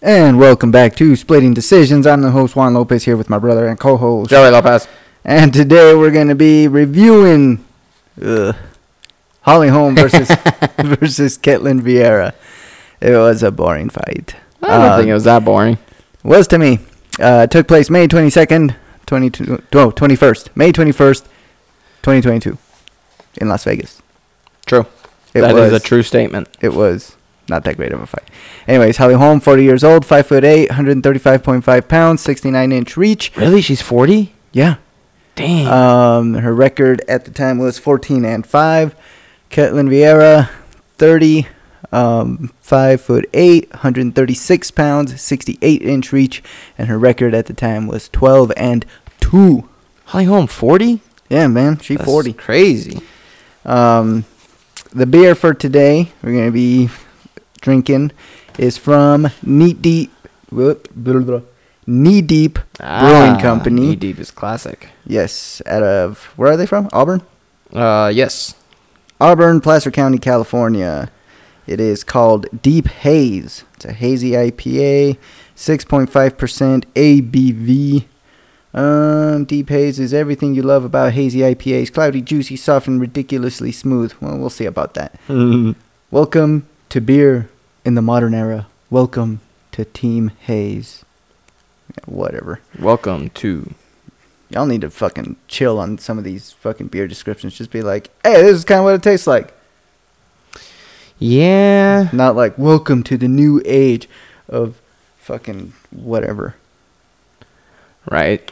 And welcome back to Splitting Decisions. I'm the host Juan Lopez here with my brother and co-host Joey Lopez. And today we're going to be reviewing uh, Holly Holm versus versus Ketlin Vieira. It was a boring fight. I don't Uh, think it was that boring. was to me. Uh, it took place May 22nd, 22, oh, 21st, May 21st, 2022, in Las Vegas. True. It that was. is a true statement. It was not that great of a fight. Anyways, Holly Holm, 40 years old, 5 foot 8, 135.5 pounds, 69 inch reach. Really? She's Uh, 40? Yeah. Dang. Um, her record at the time was 14 and 5. Ketlin Vieira, 30, um, 5 foot 8, 136 pounds, 68 inch reach, and her record at the time was 12 and 2. Holly Holm, 40? Yeah, man, she That's 40. Crazy. Um, the beer for today we're gonna be drinking is from Neat Deep, Knee Deep Brewing Company. Knee Ah, E Deep is classic. Yes, out of where are they from? Auburn. Uh, yes. Auburn, Placer County, California. It is called Deep Haze. It's a hazy IPA, 6.5% ABV. Um, Deep Haze is everything you love about hazy IPAs cloudy, juicy, soft, and ridiculously smooth. Well, we'll see about that. Welcome to beer in the modern era. Welcome to Team Haze. Yeah, Whatever. Welcome to. Y'all need to fucking chill on some of these fucking beer descriptions. Just be like, hey, this is kind of what it tastes like. Yeah. Not like, welcome to the new age of fucking whatever. Right.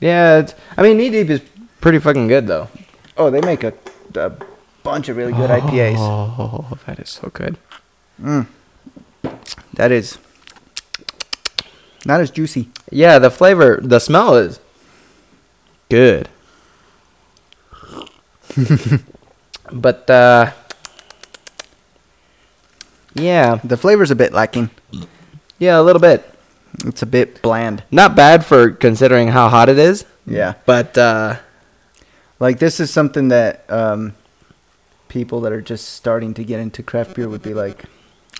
Yeah. It's, I mean, Knee Deep is pretty fucking good, though. Oh, they make a, a bunch of really good IPAs. Oh, that is so good. Mm. That is not as juicy. Yeah, the flavor, the smell is good. but uh Yeah, The flavor's a bit lacking. yeah, a little bit. It's a bit bland. Not bad for considering how hot it is. Yeah. But uh Like this is something that um, people that are just starting to get into craft beer would be like,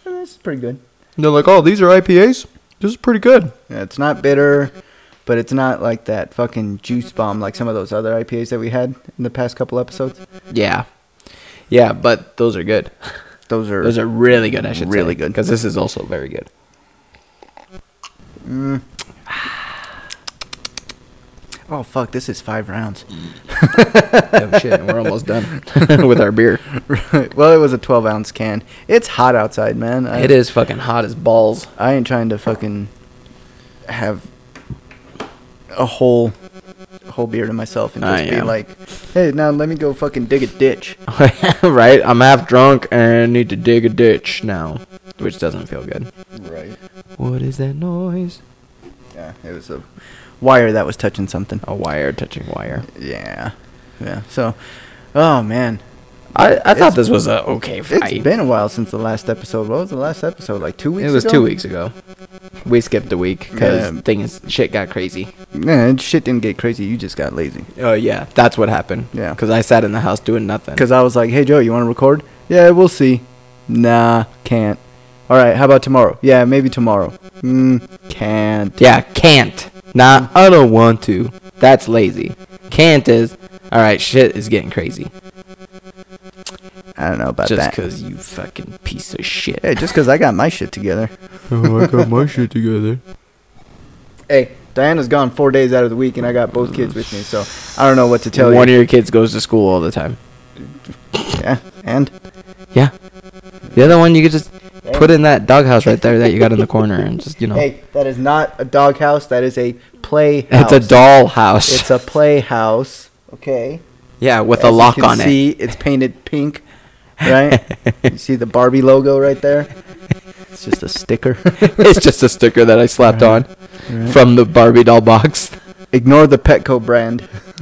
"Eh, "This is pretty good." they're like, "Oh, these are IPAs. This is pretty good." Yeah, it's not bitter, but it's not like that fucking juice bomb like some of those other IPAs that we had in the past couple episodes. Yeah. Yeah, but those are good. Those are Those are really good, I should say. Really good. Cuz this is also very good. oh fuck, this is five rounds. oh shit, we're almost done with our beer. well, it was a twelve ounce can. It's hot outside, man. I, It is fucking hot as balls. I ain't trying to fucking have a whole whole beer to myself and I just be am. like, hey, now let me go fucking dig a ditch. right? I'm half drunk and need to dig a ditch now, which doesn't feel good. Right. What is that noise? Yeah, it was a wire that was touching something. A wire touching wire. Yeah, yeah. So, oh man, I, I It's- thought this was a okay it's fight. been a while since the last episode. What was the last episode? Like two weeks. it was ago? two weeks ago. We skipped a week because Yeah. things shit got crazy. Yeah, and shit didn't get crazy. You just got lazy. Oh yeah, that's what happened. Yeah. because I sat in the house doing nothing. Because I was like, hey, Joe, you want to record? Yeah, we'll see. Nah, can't. All right, how about tomorrow? Yeah, maybe tomorrow. Mm, can't. yeah, can't. Nah, I don't want to. That's lazy. Can't is all right. Shit is getting crazy. I don't know about Just 'cause that. you fucking piece of shit. Hey, just because I got my shit together. oh, I got my shit together. Hey, Diana's gone four days out of the week, and I got both kids with me, so I don't know what to tell One you. of your kids goes to school all the time. Yeah, and Yeah. The other one you could just put in that doghouse right there that you got in the corner and just you know hey, that is not a doghouse. That is a playhouse. it's a doll It's house. a playhouse. Okay. yeah, with a As lock you can on it. see, it's painted pink, right? you see the Barbie logo right there? It's just a sticker. it's just a sticker that I slapped on from the Barbie doll box. Ignore the Petco brand.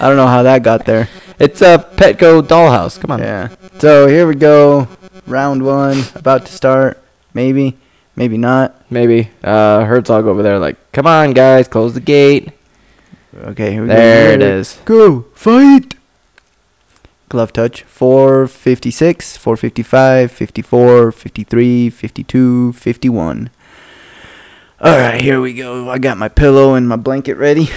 I don't know how that got there. It's a Petco dollhouse. Come on. Yeah. So here we go. Round one, about to start. Maybe, maybe not. Maybe. Uh Herzog over there like, "Come on guys, close the gate." Okay, here we go. There it is. Go, fight! Glove Touch 456, 455, 54, 53, 52, 51. All right, here we go. I got my pillow and my blanket ready.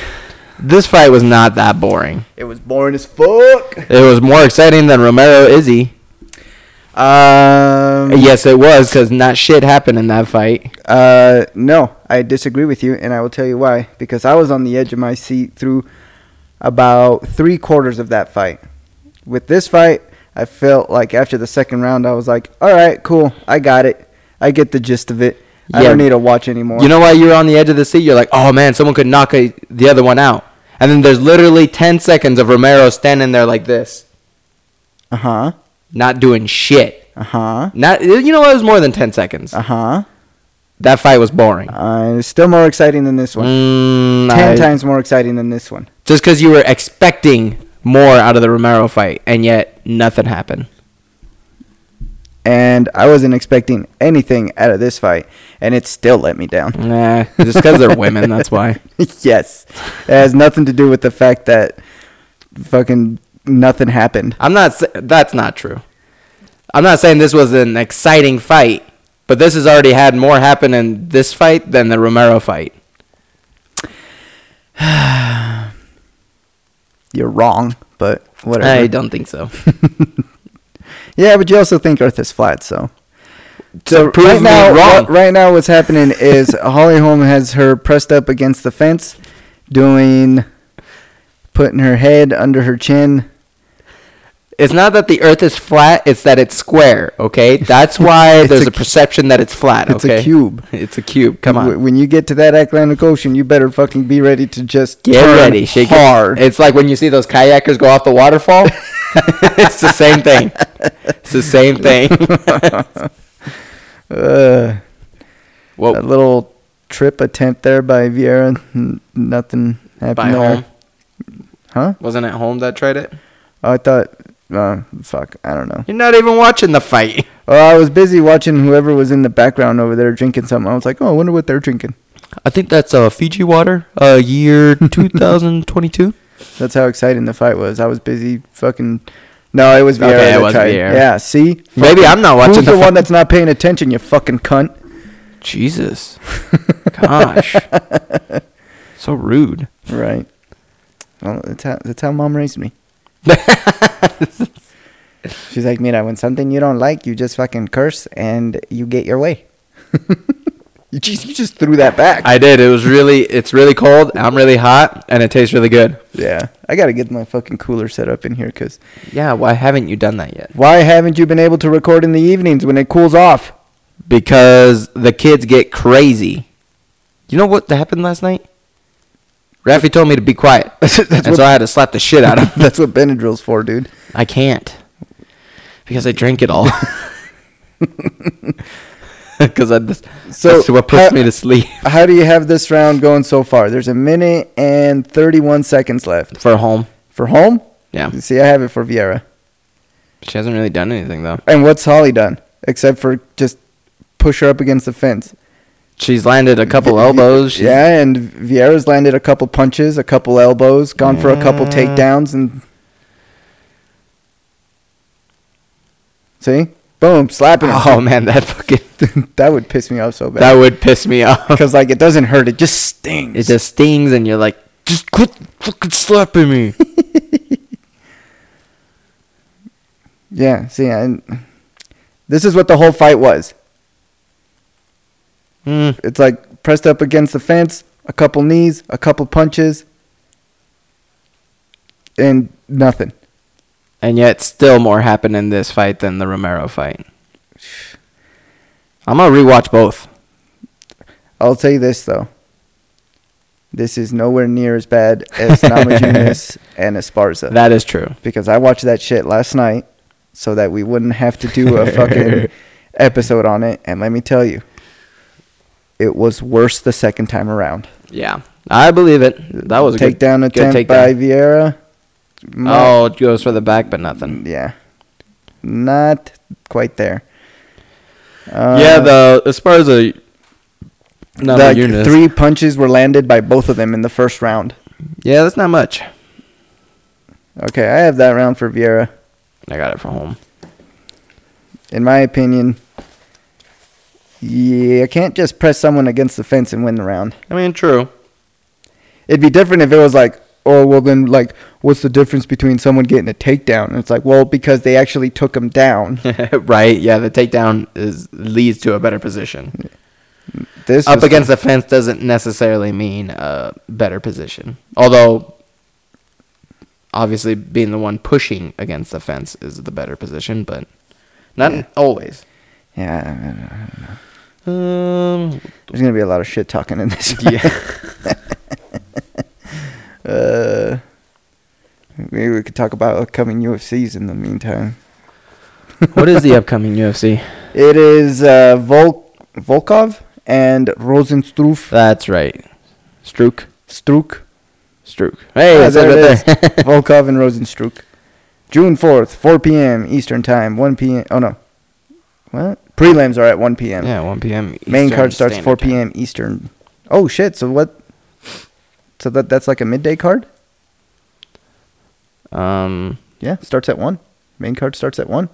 This fight was not that boring. It was boring as fuck. It was more exciting than Romero Izzy. Um, Yes, it was because not shit happened in that fight. Uh, no, I disagree with you, and I will tell you why. Because I was on the edge of my seat through about three quarters of that fight. With this fight, I felt like after the second round, I was like, all right, cool, I got it. I get the gist of it. I Yeah. don't need to watch anymore. You know why you're on the edge of the seat? You're like, oh man, someone could knock a, the other one out. And then there's literally 10 seconds of Romero standing there like this, Uh huh. not doing shit. Uh huh. Not, you know what? It was more than 10 seconds. Uh huh. That fight was boring. Uh, it's still more exciting than this one. Mm, Ten I- times more exciting than this one. Just because you were expecting more out of the Romero fight, and yet nothing happened. And I wasn't expecting anything out of this fight, and it still let me down. Nah, just because they're women, that's why. yes. It has nothing to do with the fact that fucking nothing happened. I'm not. sa- That's not true. I'm not saying this was an exciting fight, but this has already had more happen in this fight than the Romero fight. You're wrong, but whatever. I don't think so. yeah, but you also think Earth is flat, so. so prove right me now, wrong. what- right now, what's happening is Holly Holm has her pressed up against the fence, doing, putting her head under her chin. It's not that the Earth is flat; it's that it's square. Okay, that's why It's there's a a, cu- perception that it's flat. It's okay? a cube. It's a cube. Come W- on, When you get to that Atlantic Ocean, you better fucking be ready to just get turn ready, shake hard. it. It's like when you see those kayakers go off the waterfall. it's the same thing. It's the same thing. Ugh. Whoa. A little trip attempt there by Vieira. N- Nothing happened By there. home, Huh? wasn't it home that tried it? Oh, I thought. Uh, fuck. I don't know. You're not even watching the fight. Well, I was busy watching whoever was in the background over there drinking something. I was like, oh, I wonder what they're drinking. I think that's uh, Fiji water, uh, year 2022. That's how exciting the fight was. I was busy fucking. No, it was Vieira. Okay, it that was tried. Vieira. Yeah, see? Maybe Fucking- I'm not watching Who's the, the one fu- that's not paying attention, you fucking cunt? Jesus. Gosh. so rude. Right. Well, that's how, that's how mom raised me. She's like, Mira, when something you don't like, you just fucking curse and you get your way. you, just, you just threw that back. I did. It was really, it's really cold. I'm really hot, and it tastes really good. yeah. I got to get my fucking cooler set up in here because Yeah, why haven't you done that yet? why haven't you been able to record in the evenings when it cools off? Because the kids get crazy. You know what happened last night? Rafi told me to be quiet, and what- so I had to slap the shit out of him. That's what Benadryl's for, dude. I can't because I drink it all. Because that's, So, that's what puts how- me to sleep How do you have this round going so far? There's a minute and 31 seconds left. for home. For home? Yeah, See, I have it for Vieira. she hasn't really done anything though. And what's Holly done except for just push her up against the fence? She's landed a couple elbows. She's, yeah, and Vieira's landed a couple punches, a couple elbows, gone for a couple takedowns, and see, boom, slapping. Oh her. man, that fucking that would piss me off so bad. Oh. that would piss me off. Because like it doesn't hurt, it just stings. It just stings, and you're like, just quit fucking slapping me. yeah. See, and this is what the whole fight was. Mm. It's like pressed up against the fence, a couple knees, a couple punches, and nothing. And yet, still more happened in this fight than the Romero fight. I'm gonna rewatch both. I'll tell you this though. This is nowhere near as bad as Namajunas and Esparza That is true. because I watched that shit last night so that we wouldn't have to do a fucking episode on it. And let me tell you, it was worse the second time around. Yeah, I believe it. That was a good- takedown good attempt takedown. by Vieira. Mo- Oh, it goes for the back, but nothing. yeah, not quite there. Uh, yeah, the as far as the no, the the three. three punches were landed by both of them in the first round. Yeah, that's not much. Okay, I have that round for Vieira. I got it from home. in my opinion, yeah, I can't just press someone against the fence and win the round. I mean, true. It'd be different if it was like, oh, well, then, like, what's the difference between someone getting a takedown? And it's like, well, because they actually took him down. right? Yeah, the takedown is leads to a better position. This Up was- against the fence doesn't necessarily mean a better position. Although, obviously, being the one pushing against the fence is the better position, but not Yeah. always. Yeah, I don't know. Um, there's going to be a lot of shit talking in this. one. yeah. Uh, maybe we could talk about upcoming UFCs in the meantime. what is the upcoming UFC? It is uh, Vol- Volkov and Rosenstruck. That's right, Strook. Struck. Strook. Hey, Yeah, it says Ah, there it right is. there. Volkov and Rosenstruck. June 4th, 4 p.m. Eastern Time, 1 p.m. Oh, no. What? Prelims are at 1 p.m. yeah, 1 p.m. Main Eastern card starts Standard 4 Time. p.m. Eastern. Oh, shit. So what? So that that's like a midday card? Um, Yeah, starts at 1. Main card starts at 1.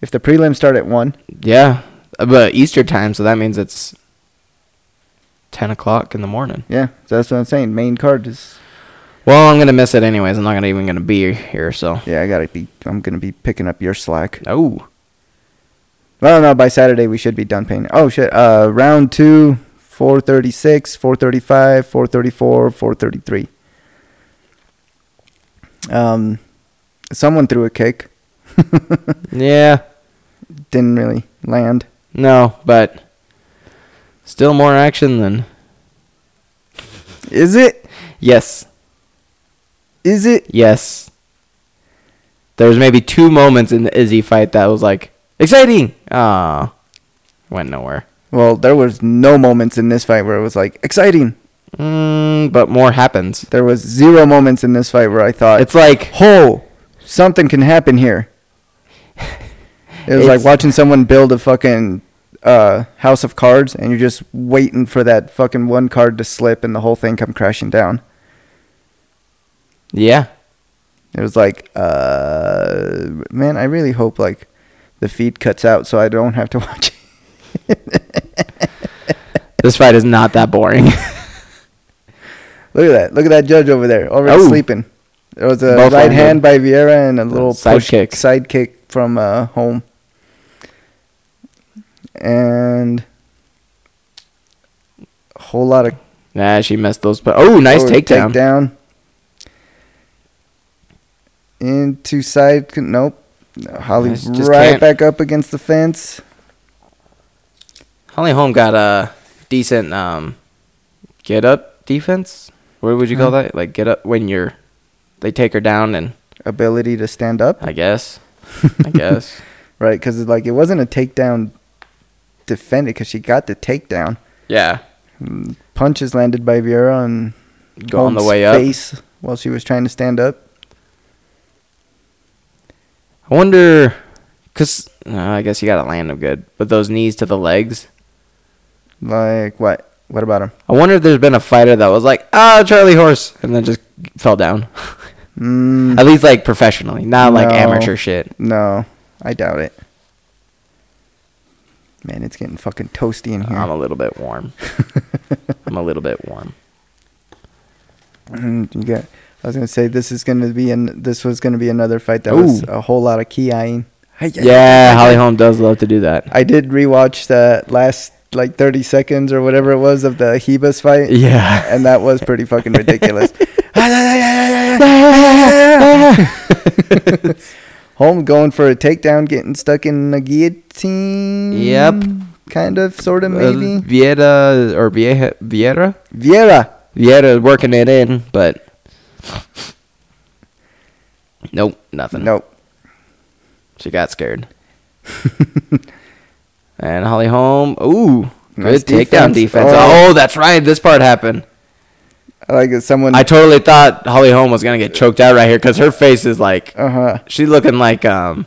If the prelims start at 1, Yeah, uh, but Easter time, so that means it's ten o'clock in the morning. yeah, so that's what I'm saying. Main card is. Well, I'm gonna miss it anyways. I'm not gonna even gonna be here. So Yeah, I gotta be. I'm gonna be picking up your slack. oh, Well, no, by Saturday we should be done painting. Oh shit! Uh, round two, four thirty-six, four thirty-five, four thirty-four, four thirty-three. Um, someone threw a kick. yeah, Didn't really land. no, but still more action than Is it? yes, Is it? yes. There's maybe two moments in the Izzy fight that was like exciting. Ah, went nowhere. Well, there was no moments in this fight where it was like exciting. Mm, but more happens. There was zero moments in this fight where I thought It's like "Ho, something can happen here." It was like It's- watching someone build a fucking uh, house of cards, and you're just waiting for that fucking one card to slip, and the whole thing come crashing down. yeah, It was like, uh, man, I really hope like the feed cuts out so I don't have to watch it. this fight is not that boring. Look at that! Look at that judge over there, already Oh. sleeping. There was a Both right of them. hand by Vieira and a little Sidekick. push sidekick from uh, home. And a whole lot of nah, she missed those. But oh, nice Forward takedown. takedown. Into side. Nope. Holly Nice, just right can't. back up against the fence. Holly Holm got a decent um, get up defense. What would you call that? Like get up when you're they take her down and Ability to stand up. I guess. I guess. Right. Because like, it wasn't a takedown defended because she got the takedown. Yeah. Punches landed by Vera on Go on the Holmes' way up. face while she was trying to stand up. I wonder cuz I guess you got to land them good. But those knees to the legs. Like, what? What about him? I wonder if there's been a fighter that was like, "Ah, Charlie horse," and then just fell down. Mm, At least like professionally, not like No. amateur shit. no, I doubt it. Man, it's getting fucking toasty in here. I'm a little bit warm. I'm a little bit warm. Mm, you got. I was gonna say this is gonna be an this was gonna be another fight that was Ooh. a whole lot of key eyeing. Hi- Yeah, Holly Holm does love to do that. I did rewatch the last like thirty seconds or whatever it was of the Hebus fight, Yeah. and that was pretty fucking ridiculous. Uh, Home going for a takedown, getting stuck in a guillotine. Yep. Kind of, sort of, maybe. Uh, Vieira or Vieja, Vieira? Vieira. Vieira working it in, but nope, nothing. Nope. She got scared. and Holly Holm, ooh, Nice good defense. takedown defense. Oh. Oh. that's right. This part happened. I like that someone. I totally thought Holly Holm was gonna get choked out right here because her face is like uh huh. She's looking like um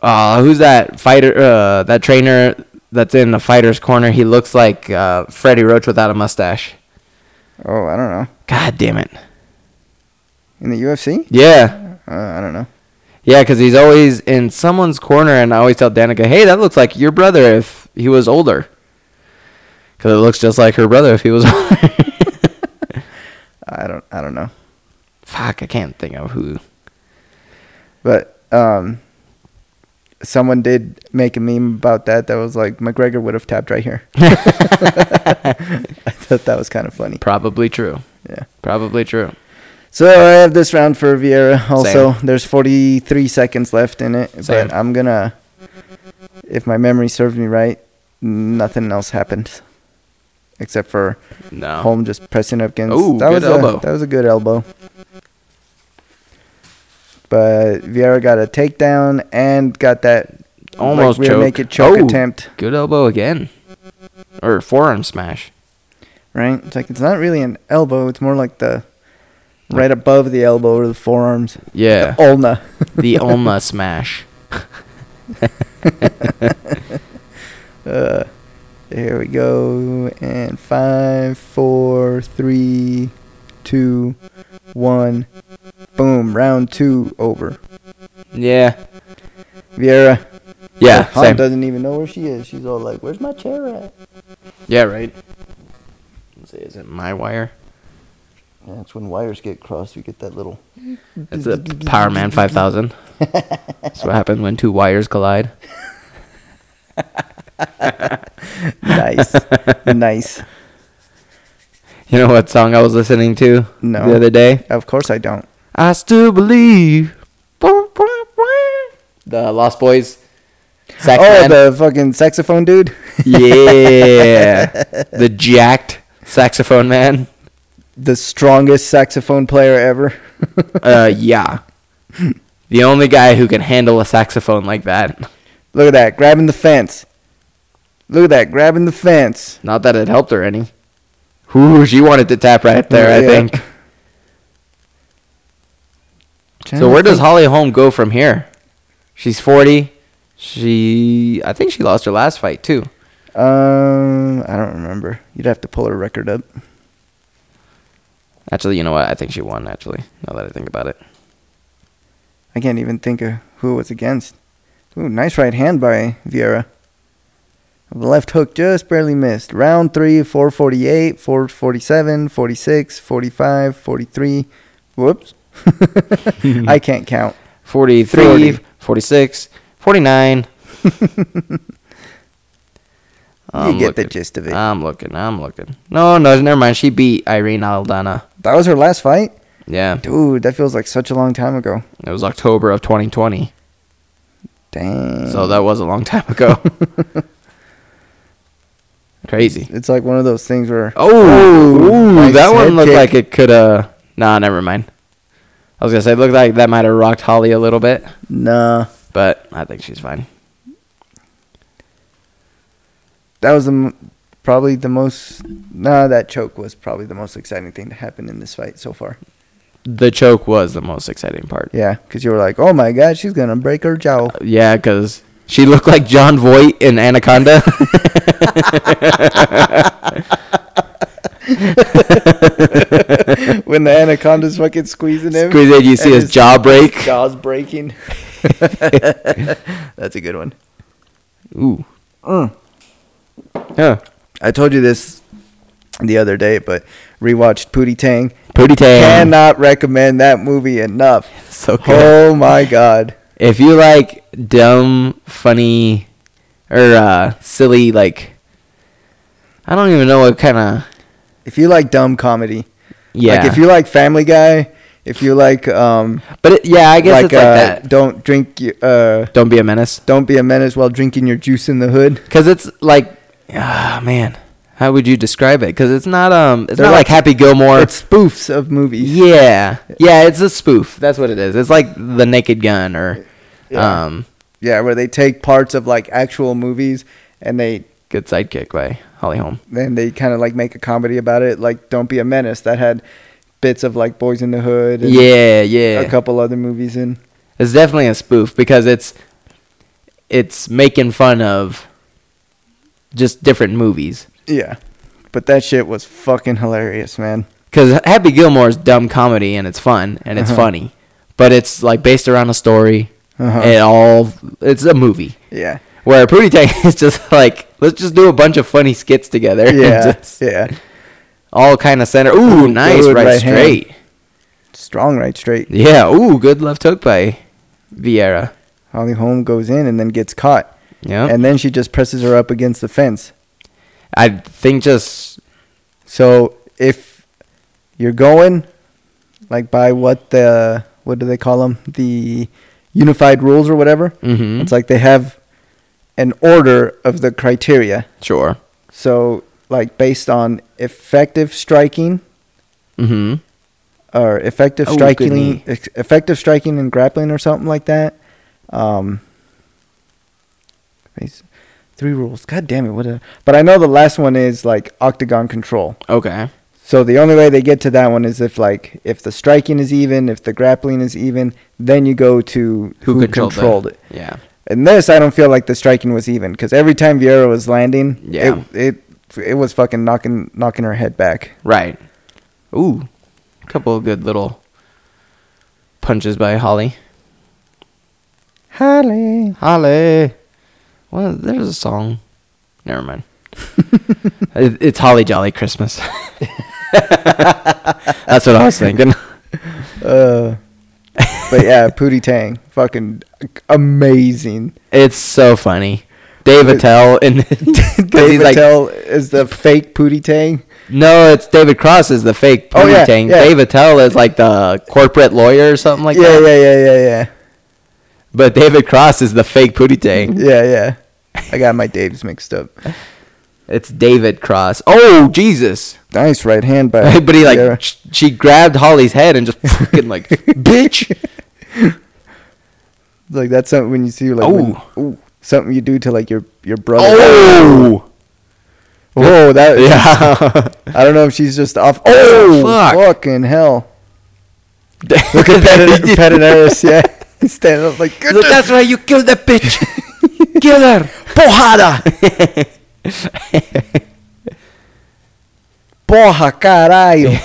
uh who's that fighter uh that trainer that's in the fighter's corner. He looks like uh Freddie Roach without a mustache. Oh, I don't know. God damn it. In the UFC? Yeah. Uh, I don't know. Yeah, because he's always in someone's corner, and I always tell Danica, "Hey, that looks like your brother if he was older." Because it looks just like her brother if he was older. I don't I don't know. Fuck, I can't think of who. But um someone did make a meme about that that was like McGregor would have tapped right here. I thought that was kind of funny. Probably true. Yeah. Probably true. So I have this round for Vieira. Also, Same. there's 43 seconds left in it, Same. but I'm gonna, if my memory serves me right, nothing else happened, except for No. Holm just pressing up against. Oh. Ooh, that good was elbow. A, that was a good elbow. But Vieira got a takedown and got that like, Almost rear choke. naked choke Oh. attempt. Good elbow again, or forearm smash. Right? It's like it's not really an elbow. It's more like the right above the elbow or the forearms. Yeah, The ulna. the Ulna smash. Uh, there we go. And five, four, three, two, one. Boom. Round two over. Yeah, Vieira. yeah, Hom same. doesn't even know where she is. She's all like, "Where's my chair at?" Yeah, right. Let's see, is it my wire? Yeah, that's when wires get crossed. You get that little. That's a Power Man 5000. That's what happens when two wires collide. Nice. nice. You know what song I was listening to No. the other day? Of course I don't. I still believe. The Lost Boys. Sax Oh, Man. the fucking saxophone dude. yeah. the jacked saxophone man. the strongest saxophone player ever. Uh, yeah. The only guy who can handle a saxophone like that. Look at that, grabbing the fence. Look at that, grabbing the fence. Not that it helped her any. Ooh, she wanted to tap right there, I Yeah. think. So where does Holly Holm go from here? She's 40. She I think she lost her last fight too. Um, I don't remember. You'd have to pull her record up. Actually, you know what? I think she won actually. Now that I think about it. I can't even think of who it was against. Ooh, nice right hand by Vieira. The left hook just barely missed. Round 3, 448, 447, 46, 45, 43. Whoops. I can't count. 43, 40. 46, 49. I'm you get the looking. gist of it. I'm looking. I'm looking. No, no, never mind. She beat Irene Aldana. that was her last fight? Yeah. Dude, that feels like such a long time ago. It was October of 2020. Dang. So that was a long time ago. Crazy. it's like one of those things where Oh, Ooh, ooh, nice that head one looked kick. like it could uh Nah, never mind. I was gonna say it looked like that might have rocked Holly a little bit, nah, but I think she's fine. that was the m- probably the most nah that choke was probably the most exciting thing to happen in this fight so far. The choke was the most exciting part. Yeah, because you were like, oh my god, she's gonna break her jowl. Yeah, because she looked like John Voight in Anaconda. when the anaconda's fucking squeezing him, Squeeze it, you see and his jaw break. jaws breaking. That's a good one. Mm. Ooh. Yeah. I told you this the other day, but rewatched Pootie Tang. Pretty tan. Cannot recommend that movie enough. so good. Oh my god. If you like dumb, funny, or uh, silly, like I don't even know what kind of If you like dumb comedy, yeah. Like if you like Family Guy, if you like um but it, yeah, I guess like, it's like uh, that. don't drink your, uh Don't be a menace, don't be a menace while drinking your juice in the hood. because it's like ah man, how would you describe it? Because it's not um, it's They're not like, like- Happy Gilmore. it's spoofs of movies. yeah, yeah, it's a spoof. That's what it is. It's like the Naked Gun or Yeah. um, Yeah, where they take parts of like actual movies and they Good Sidekick by Holly Holm. then they kind of like make a comedy about it. Like Don't Be a Menace that had bits of like Boys in the Hood and Yeah, yeah. a couple other movies in. It's definitely a spoof because it's it's making fun of just different movies. Yeah. But that shit was fucking hilarious, man. Because Happy Gilmore is dumb comedy and it's fun and it's Uh-huh. funny, but it's like based around a story Uh-huh. It all it's a movie Yeah. where Pootie Tang is just like let's just do a bunch of funny skits together. and Yeah. just yeah. all kind of center. Ooh, nice good right, right hand. straight. Strong right straight. Yeah. Ooh, good left hook by Vieira. Holly Holm goes in and then gets caught. Yeah. And then she just presses her up against the fence. I think just So if you're going like by what the what do they call them? The unified rules or whatever. Mhm. It's like they have an order of the criteria. sure. So like based on effective striking Mm-hmm. or effective Oh, good striking, knee. ex- effective striking and grappling or something like that. Um, base- three rules. God damn it! What? A, but I know the last one is like octagon control. Okay. So the only way they get to that one is if like if the striking is even, if the grappling is even, then you go to who, controlled, that? it. Yeah. In this, I don't feel like the striking was even because every time Vieira was landing, Yeah. it, it it was fucking knocking knocking her head back. Right. Ooh, a couple of good little punches by Holly. Holly. Holly. Well, there's a song. Never mind. It- it's Holly Jolly Christmas. That's what I was thinking. Uh, but yeah, Pootie Tang, fucking amazing. It's so funny. Dave Attell and 'cause Dave he's like, Attell is the fake Pootie Tang. No, it's David Cross is the fake Oh, pony yeah, tank. yeah. Dave Attell is like the corporate lawyer or something like yeah, that. yeah, yeah, yeah, yeah, But David Cross is the fake pootie tank. yeah, yeah. I got my Daves mixed up. It's David Cross. Oh Jesus! Nice right hand by. but he like Vieira. sh- she grabbed Holly's head and just fucking like bitch. like that's something when you see like when- ooh, something you do to like your your brother. Oh Whoa, that yeah. I don't know if she's just off. Oh, Oh, fuck. fucking hell! Look at Pettin- Pettinaris, yeah. He standing up like, Look, that's why you killed that bitch. Kill her. Pojada. porra, caralho.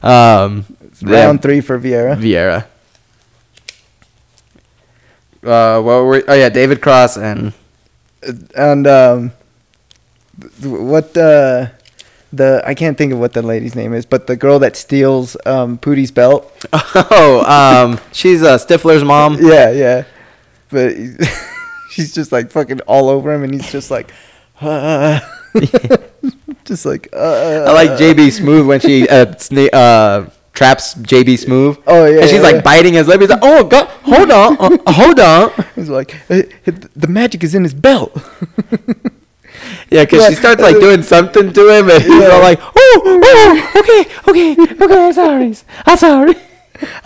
um, Round yeah. three for Vieira. Vieira. Uh, what were? Oh yeah, David Cross and and um, th- what uh, the I can't think of what the lady's name is, but the girl that steals um, Pootie's belt. oh, um, she's uh, Stifler's mom. Yeah, yeah. But he- she's just like fucking all over him, and he's just like, uh, just like. Uh, I like JB Smooth when she uh, sne- uh traps JB Smooth. Oh, yeah, and she's yeah, like yeah. biting his lip. He's like, oh god, hold on, uh, hold on. He's like, "Eh, eh, the magic is in his belt. Yeah, because she Yeah. starts like doing something to him, and he's all like, oh, oh, okay, okay, okay, I'm sorry, I'm sorry.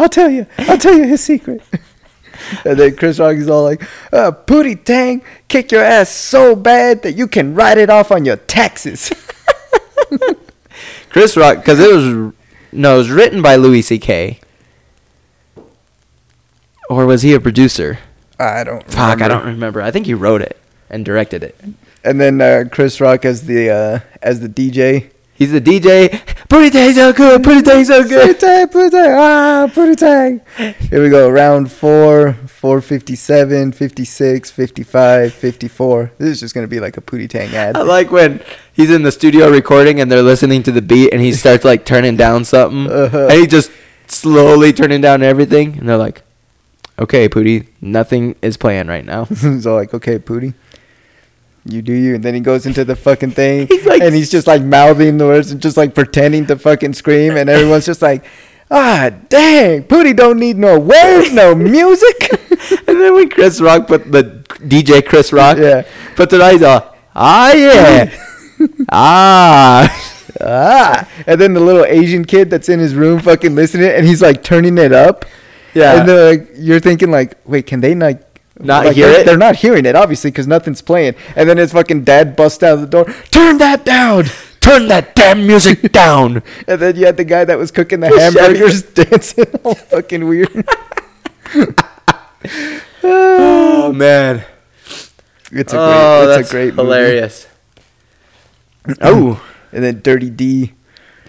I'll tell you. I'll tell you his secret. And then Chris Rock is all like, uh, Pootie Tang, kick your ass so bad that you can write it off on your taxes. Chris Rock, because it was no, it was written by Louis C.K. Or was he a producer? I don't. Fuck, I remember. don't remember. I think he wrote it and directed it. And then uh, Chris Rock as the uh, as the DJ. He's the DJ. Pretty day so good. Pretty day so Pootie good. Tang, Pootie Tang, ah, Pootie Tang. Here we go. Round four, 457, 56, 55, 54. This is just gonna be like a Pootie Tang ad. I like when he's in the studio recording and they're listening to the beat and he starts like turning down something Uh-huh. and he just slowly turning down everything and they're like, "Okay, Pootie, nothing is playing right now." He's all like, okay, Pootie, you do you. And then he goes into the fucking thing. He's like- and he's just like mouthing the words and just like pretending to fucking scream. And everyone's just like, ah, dang, Pootie don't need no words, no music. and then when Chris Rock put the DJ Chris Rock, Yeah. put the eyes on. Ah yeah, ah. ah. And then the little Asian kid that's in his room fucking listening and he's like turning it up. Yeah. And they're like, you're thinking like, wait, can they not? Not like, hear they're, it? They're not hearing it, obviously, because nothing's playing. And then his fucking dad busts out of the door. Turn that down. Turn that damn music down. And then you had the guy that was cooking the Just hamburgers dancing all fucking weird. Oh man. It's a great, oh, it's that's a great movie. hilarious. Oh, And then Dirty D.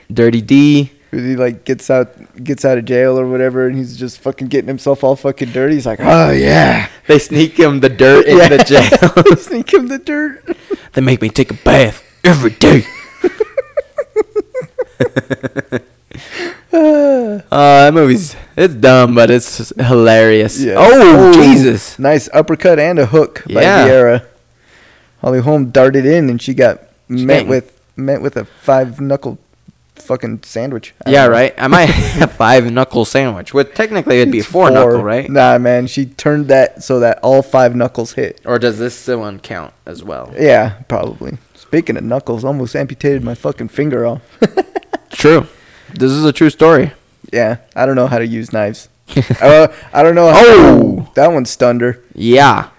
Dirty D. He like gets out gets out of jail or whatever, and he's just fucking getting himself all fucking dirty. He's like, oh yeah, They sneak him the dirt in the jail. sneak him the dirt. they make me take a bath every day. uh, that movie's it's dumb, but it's hilarious. Yeah. Oh, Jesus! Nice uppercut and a hook Yeah. by Vieira. Holly Holm darted in, and she got met dang. with met with a five knuckle fucking sandwich. I Yeah, don't know. right. I might have five knuckle sandwich, which technically it'd be It's four, knuckle, right? Nah, man, she turned that so that all five knuckles hit. Or does this one count as well? Yeah, probably. Speaking of knuckles, almost amputated my fucking finger off. True. This is a true story. yeah, I don't know how to use knives. uh, I don't know. How Oh! that one's stunned her. Yeah.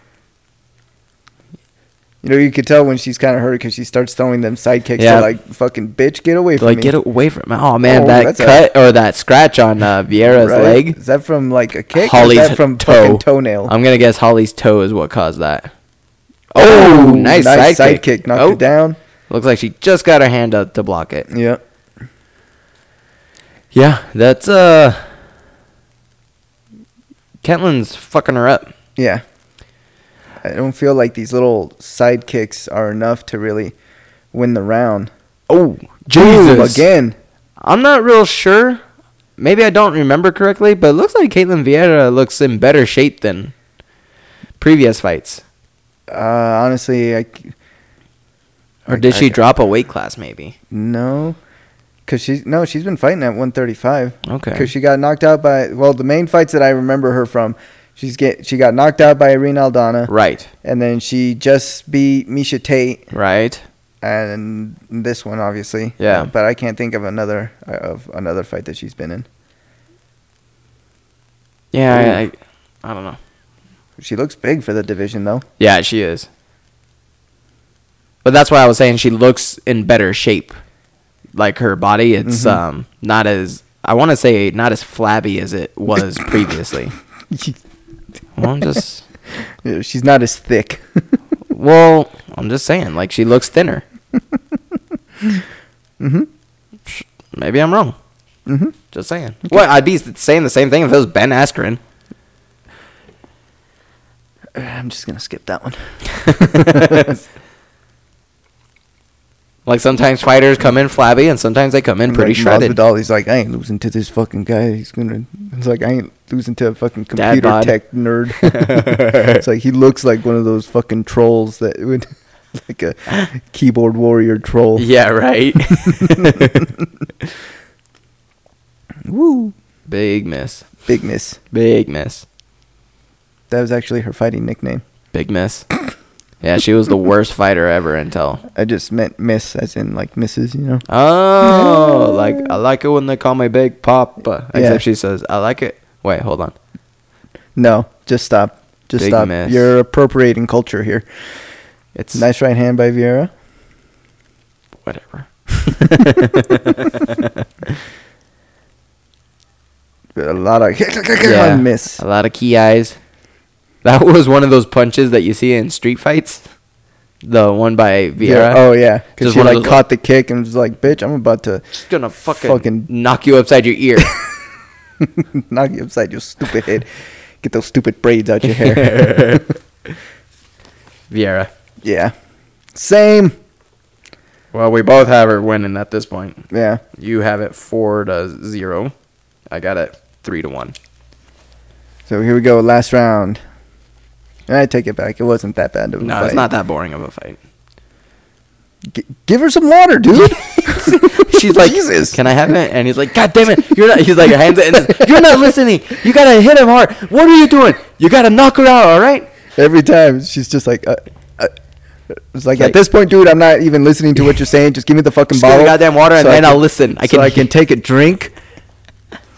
You know, you could tell when she's kind of hurt because she starts throwing them sidekicks. Yeah. Yeah. like, fucking bitch, get away from Like me. get away from Oh man, Oh, that that's a- cut or that scratch on uh, Vieira's Right? leg. Is that from like a kick? Holly's or is that from toe. Um, fucking toenail? I'm gonna guess Holly's toe is what caused that. Oh, nice, side sidekick. kick. Knocked oh, it down. Looks like she just got her hand up to block it. Yeah. Yeah, that's uh, Kentland's fucking her up. Yeah. I don't feel like these little sidekicks are enough to really win the round. Oh, Boom, Jesus! again. I'm not real sure. Maybe I don't remember correctly, but it looks like Caitlin Vieira looks in better shape than previous fights. Uh, honestly, I c- Or did I- she I- drop a weight class? Maybe. no, because she's no, she's been fighting at 135. Okay. Because she got knocked out by well, the main fights that I remember her from, she's get she got knocked out by Irene Aldana, Right. and then she just beat Misha Tate, Right. and this one obviously. Uh, Yeah. But I can't think of another uh, of another fight that she's been in. Yeah. I, I, I don't know. She looks big for the division though. Yeah, she is. But that's why I was saying she looks in better shape. Like her body, it's Mhm. um not as I want to say not as flabby as it was previously. well, I'm just Yeah, She's not as thick. well, I'm just saying like she looks thinner. Mm-hmm. Mhm. Sh- Maybe I'm wrong. hmm Just saying. Well, I'd be saying the same thing if it was Ben Askren. I'm just gonna skip that one. Like sometimes fighters come in flabby and sometimes they come in pretty like shredded. Masvidal, he's like, I ain't losing to this fucking guy. He's gonna. It's like I ain't losing to a fucking Dad computer bod. tech nerd. it's like he looks like one of those fucking trolls that would, like a keyboard warrior troll. Yeah, right. Woo! Big miss. Big miss. Big miss. That was actually her fighting nickname. Big miss. Yeah, she was the worst fighter ever until. I just meant miss, as in like misses. You know. Oh, like I like it when they call me Big Papa. Except Yeah. she says I like it. Wait, hold on. No, just stop. Just Big stop. miss. You're appropriating culture here. It's Nice right hand by Vieira. whatever. A lot of Yeah, miss. A lot of key eyes. That was one of those punches that you see in street fights. The one by Vieira. Oh yeah, because Just she one of like those, caught the kick and was like, "Bitch, I'm about to Just gonna fucking, Fucking- knock you upside your ear. knock you upside your stupid head. Get those stupid braids out your hair." Vieira. yeah, same. Well, we both have her winning at this point. Yeah, You have it four to zero. I got it three to one. so here we go, last round. I take it back. It wasn't that bad of a No, fight. it's not that boring of a fight. G- give her some water, dude. She's like, Jesus. "Can I have it?" And he's like, "God damn it! You're not." He's like, "Hands it!" And says, "You're not listening. You gotta hit him hard. What are you doing? You gotta knock her out. All right." Every time she's just like, uh, uh, it's like, Like- at this point, dude, I'm not even listening to what you're saying. Just give me the fucking Just give bottle, me the goddamn water, and I then can- I'll listen. I so can- I can take a drink.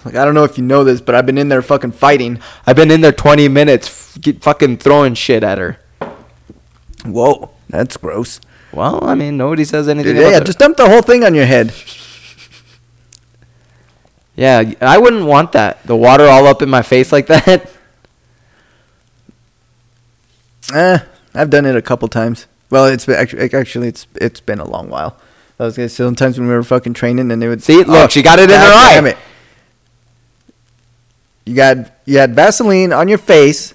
Like I don't know if you know this, but I've been in there fucking fighting. I've been in there 20 minutes, f- get fucking throwing shit at her. Whoa, that's gross. Well, I mean, nobody says anything. Yeah, about yeah that. just dump the whole thing on your head. yeah. I wouldn't want that. The water all up in my face like that. Eh, I've done it a couple times. Well, it's been actually, actually it's it's been a long while. Those guys. Sometimes when we were fucking training, and they would Oh, See, look, she got it in her God eye. damn it. You got you had Vaseline on your face.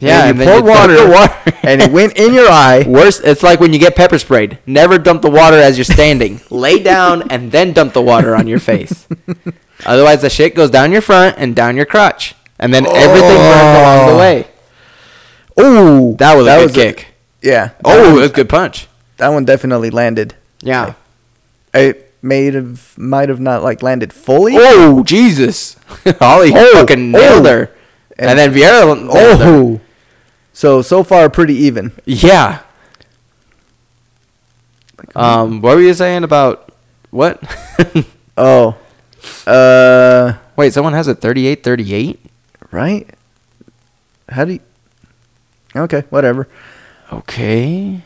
Yeah, and and you then poured you dumped water, the water. and it went in your eye. Worse, it's like when you get pepper sprayed. Never dump the water as you're standing. Lay down and then dump the water on your face. Otherwise, the shit goes down your front and down your crotch, and then everything burns along the way. Ooh, Oh. That was a good a- kick. yeah. oh, that one, that's a good punch. that one definitely landed. Yeah. It may have might have not like landed fully. Oh, Jesus. Holly Oh, fucking nailed oh. her. And, then Vieira nailed her. Oh. So so far pretty even. Yeah. Um, what were you saying about what? Oh. Uh Wait, someone has a 38-38? right? How do you Okay, whatever. Okay.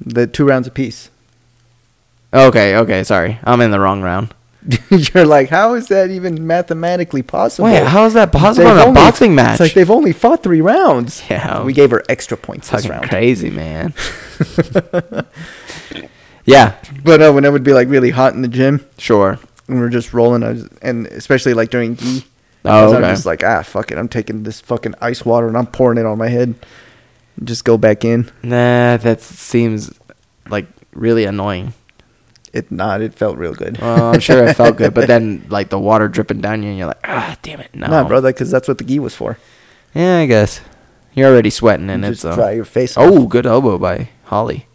The two rounds apiece. Okay, okay, sorry. I'm in the wrong round. You're like, how is that even mathematically possible? Wait, how is that possible They've in a only- boxing match? It's like they've only fought three rounds. Yeah. We gave her extra points this Fucking round. crazy, man. yeah, But uh, when it would be like really hot in the gym sure. and we're just rolling, I was, and especially like during gi. Oh, 'cause okay. I'm just like, ah, fuck it. I'm taking this fucking ice water and I'm pouring it on my head. Just go back in. Nah, that seems like really annoying. It not. It felt real good. Well, I'm sure it felt good, but then like the water dripping down you, and you're like, ah, damn it, no, Nah, bro, because that's what the gi was for. Yeah, I guess you're already sweating in You it. just So. dry your face. off. oh, good elbow by Holly.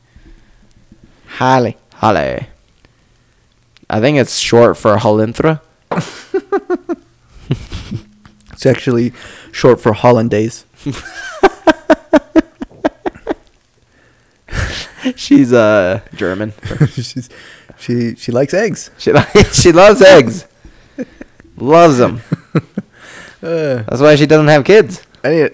Holly. Holly. I think it's short for Holinthra. It's actually short for Hollandaise. She's uh German. She's, she she likes eggs. She li- she loves eggs. loves them. Uh, That's why she doesn't have kids. I need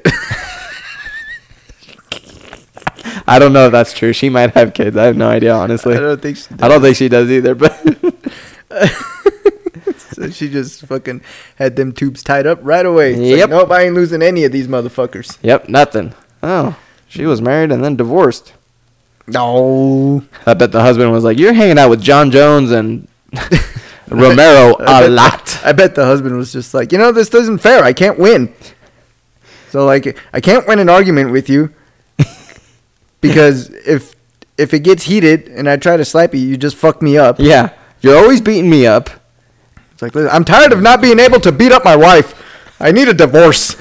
I don't know if that's true. She might have kids. I have no idea, honestly. I don't think she I don't think she does either, but So she just fucking had them tubes tied up right away. It's like, Yep. nope, I ain't losing any of these motherfuckers. Yep, nothing. Oh, she was married and then divorced. No. I bet the husband was like, "You're hanging out with John Jones and Romero a lot." I bet the husband was just like, you know, this isn't fair. I can't win. So like, I can't win an argument with you because if if it gets heated and I try to slap you, you just fuck me up. Yeah, you're always beating me up. It's like, "Listen, I'm tired of not being able to beat up my wife. I need a divorce.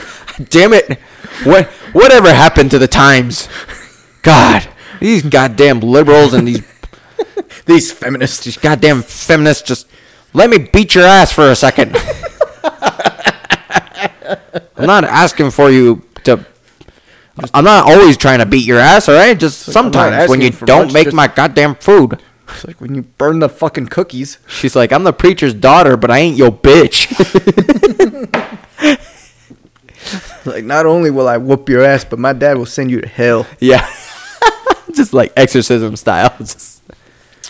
Damn it! What whatever happened to the times? God, these goddamn liberals and these These feminists. these goddamn feminists just let me beat your ass for a second. I'm not asking for you to. I'm not always trying to beat your ass, all right? Just like, I'm not sometimes when asking you for don't much, make just- my goddamn food. It's like when you burn the fucking cookies. She's like, I'm the preacher's daughter, but I ain't your bitch. Like, not only will I whoop your ass, but my dad will send you to hell. yeah. just like exorcism style. Just,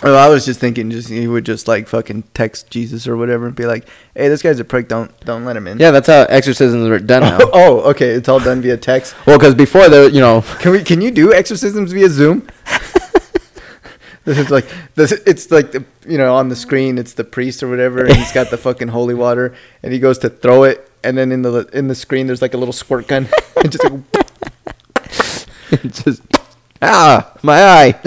Oh, I was just thinking, just he would just like fucking text Jesus or whatever and be like, "Hey, this guy's a prick. Don't don't let him in." yeah, that's how exorcisms are done now. oh, okay. It's all done via text. well, because before there, you know, Can we? Can you do exorcisms via Zoom? this is like this. It's like the you know on the screen. It's the priest or whatever, and he's got the fucking holy water, and he goes to throw it, and then in the in the screen there's like a little squirt gun, and just like, just ah, my eye.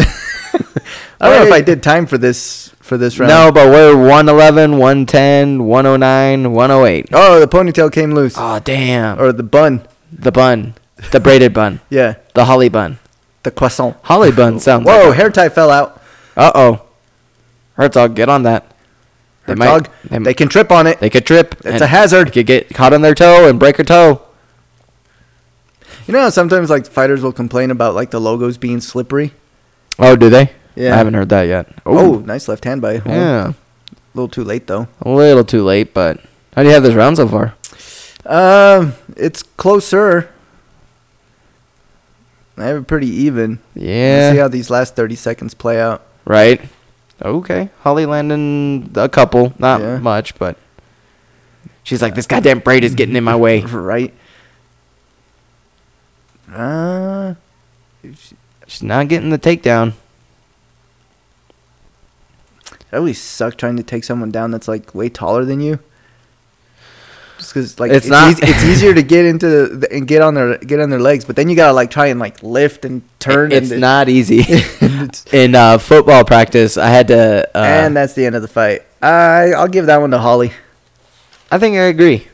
I don't know if I did time for this for this round. No, but we're 111, 110, 109, 108. Oh, the ponytail came loose, Oh, damn. or the bun. the bun. The braided bun. Yeah, The holly bun. the croissant. Holly bun sounds Whoa, like. hair tie fell out. Uh oh. Herzog, get on that. They might- Dog, they, they, can trip on it. they could trip. it's a hazard. Could get caught on their toe and break her toe. You know, how sometimes like fighters will complain about like the logos being slippery. Oh, do they? Yeah. I haven't heard that yet. Oh, nice left hand by. Holm. Yeah. a little too late though. A little too late, but how do you have this round so far? Um, it's closer. I have it pretty even. Let's see Yeah. how these last thirty seconds play out. Right. Okay. Holly landing a couple. Not Yeah. much, but she's like, this goddamn braid is getting in my way. Right. Uh, She's not getting the takedown. It always sucks trying to take someone down that's like way taller than you. Just because like It's it's, not- eas- it's easier to get into the, and get on their get on their legs, but then you gotta like try and like lift and turn. It's and not easy. It's- In uh, football practice, I had to. Uh, and that's the end of the fight. I I'll give that one to Holly. I think I agree.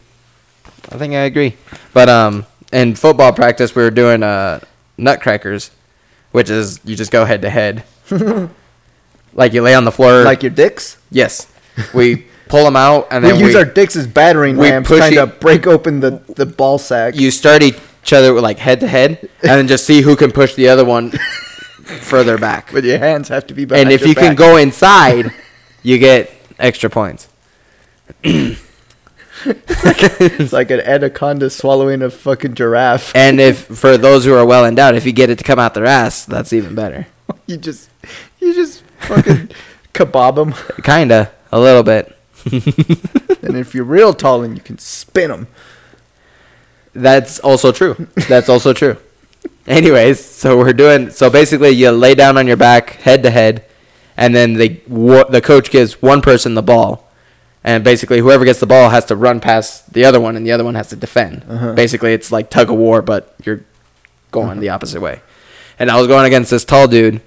I think I agree. But um, in football practice, we were doing uh nutcrackers, which is you just go head to head. Like you lay on the floor. Like your dicks. yes, we pull them out and We then use our dicks as battering we rams, push trying to it- break open the the ball sack. you start each other with like head to head, and then just see who can push the other one further back. but your hands have to be behind. And if your you can back. go inside, you get extra points. it's like an anaconda swallowing a fucking giraffe. And if for those who are well endowed, if you get it to come out their ass, that's even better. You just, you just fucking kebab them. Kinda, a little bit. And if you're real tall and you can spin them. That's also true. That's also true. Anyways, so we're doing so basically you lay down on your back head to head and then they wa- the coach gives one person the ball and basically whoever gets the ball has to run past the other one and the other one has to defend. Basically it's like tug of war but you're going the opposite way. And I was going against this tall dude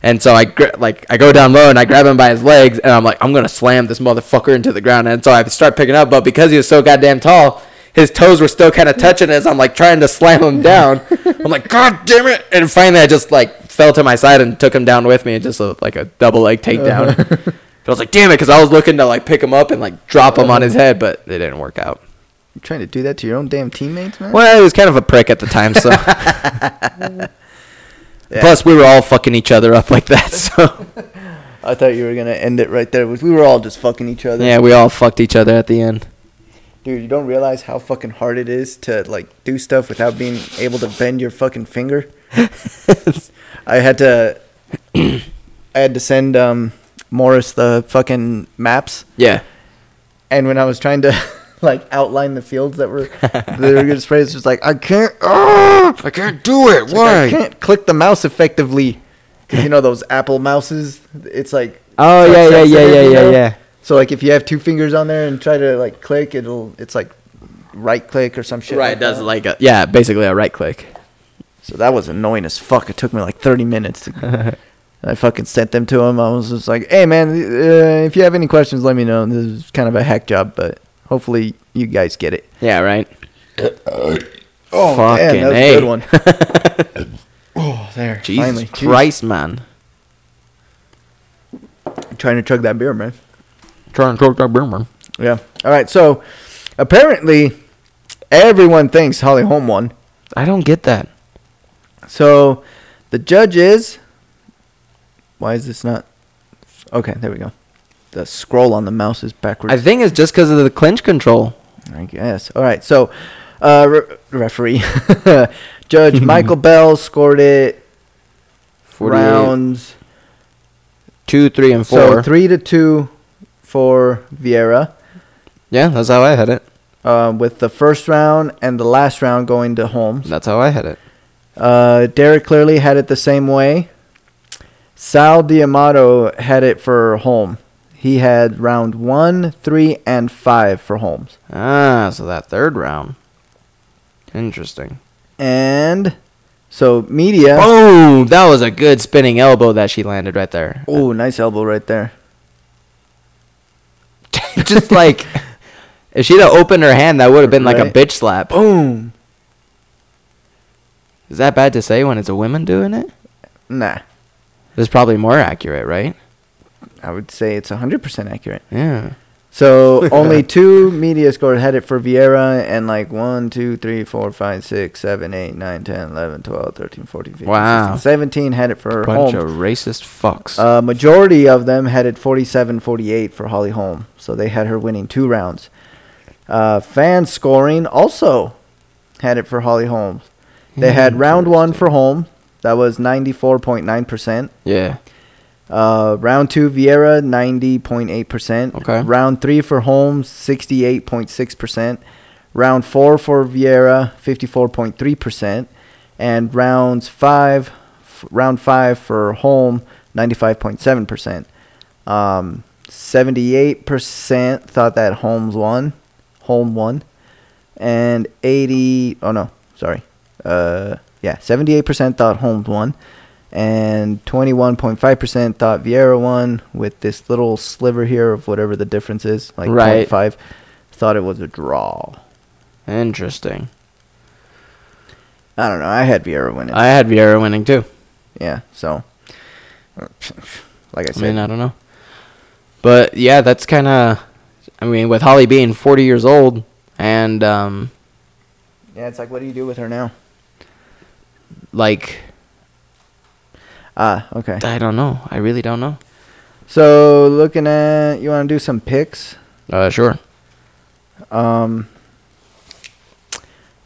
and so I gr- like I go down low and I grab him by his legs and I'm like I'm gonna slam this motherfucker into the ground and so I start picking up but because he was so goddamn tall his toes were still kind of touching as I'm like trying to slam him down I'm like god damn it and finally I just like fell to my side and took him down with me and just uh, like a double leg takedown but I was like damn it because I was looking to like pick him up and like drop him on his head but it didn't work out You're trying to do that to your own damn teammates, man. well he was kind of a prick at the time so Yeah. plus we were all fucking each other up like that so I thought you were gonna end it right there. with- We were all just fucking each other. yeah we all fucked each other at the end. Dude, you don't realize how fucking hard it is to like do stuff without being able to bend your fucking finger. I had to, I had to send um, Morris the fucking maps. Yeah. and when I was trying to like outline the fields that were that were good spray, it's just like I can't. ah, I can't do it. it's like, I can't click the mouse effectively. 'Cause you know those Apple mouses. It's like Oh touch yeah, yeah, yeah, sensitive, yeah, you yeah, know? yeah. So like if you have two fingers on there and try to like click, it'll it's like right click or some shit. Right, like does that. like a yeah, basically a right click. So that was annoying as fuck. It took me like 30 minutes. To, I fucking sent them to him. I was just like, hey, man, uh, if you have any questions, let me know. This is kind of a hack job, but hopefully you guys get it. Yeah, right. Uh, Oh, Fucking man, that was A. a good one. oh, there. Jesus Finally. Jeez. Christ, man. Trying to chug that beer, man. Trying to choke that beer, man. Yeah. All right. So apparently everyone thinks Holly Holm won. I don't get that. So the judge is. Why is this not. Okay, there we go. The scroll on the mouse is backwards. I think it's just because of the clinch control. I guess. All right. So, uh, re- referee, Judge Michael Bell scored it 48, rounds two, three, and four. so three to two for Vieira, yeah, that's how I had it. uh, with the first round and the last round going to Holmes. That's how I had it. Uh, Derek clearly had it the same way. Sal Diamato had it for Holmes. He had round one, three, and five for Holmes. Ah, so that third round. Interesting. And so media. Boom! That was a good spinning elbow that she landed right there. Oh, nice elbow right there. just like if she'd have opened her hand, that would have been like a Right. bitch slap. Boom. Is that bad to say when it's a woman doing it? Nah. That's probably more accurate, right? I would say it's 100% accurate. Yeah. So only two media scores had it for Vieira, and like 1, 2, 3, 4, 5, 6, 7, 8, 9, 10, 11, 12, 13, 14, 15, Wow. 16, 17 had it for Bunch Holm. of racist fucks. Uh, majority of them had it 47 48 for Holly Holm. So they had her winning two rounds. Uh, fan scoring also had it for Holly Holm. They had round one for Holm. That was 94.9%. yeah. Uh, round two, Vieira, 90.8%. Okay. Round three for Holmes, 68.6%. Round four for Vieira, 54.3%. And rounds five, f- round five for Holm, 95.7%. Um, 78% thought that Holmes won. Holm won. And 80, oh no, sorry. Uh, yeah, 78% thought Holmes won. And 21.5% thought Vieira won with this little sliver here of whatever the difference is, like Right. 0.5, thought it was a draw. Interesting. I don't know. I had Vieira winning. I had Vieira winning too. yeah, so. Like I I said, mean, uh, I don't know. But yeah, that's kind of. I mean, with Holly being 40 years old and um, yeah, it's like, what do you do with her now? like, Ah, okay. I don't know. I really don't know. So looking at you want to do some picks. Uh, sure. Um,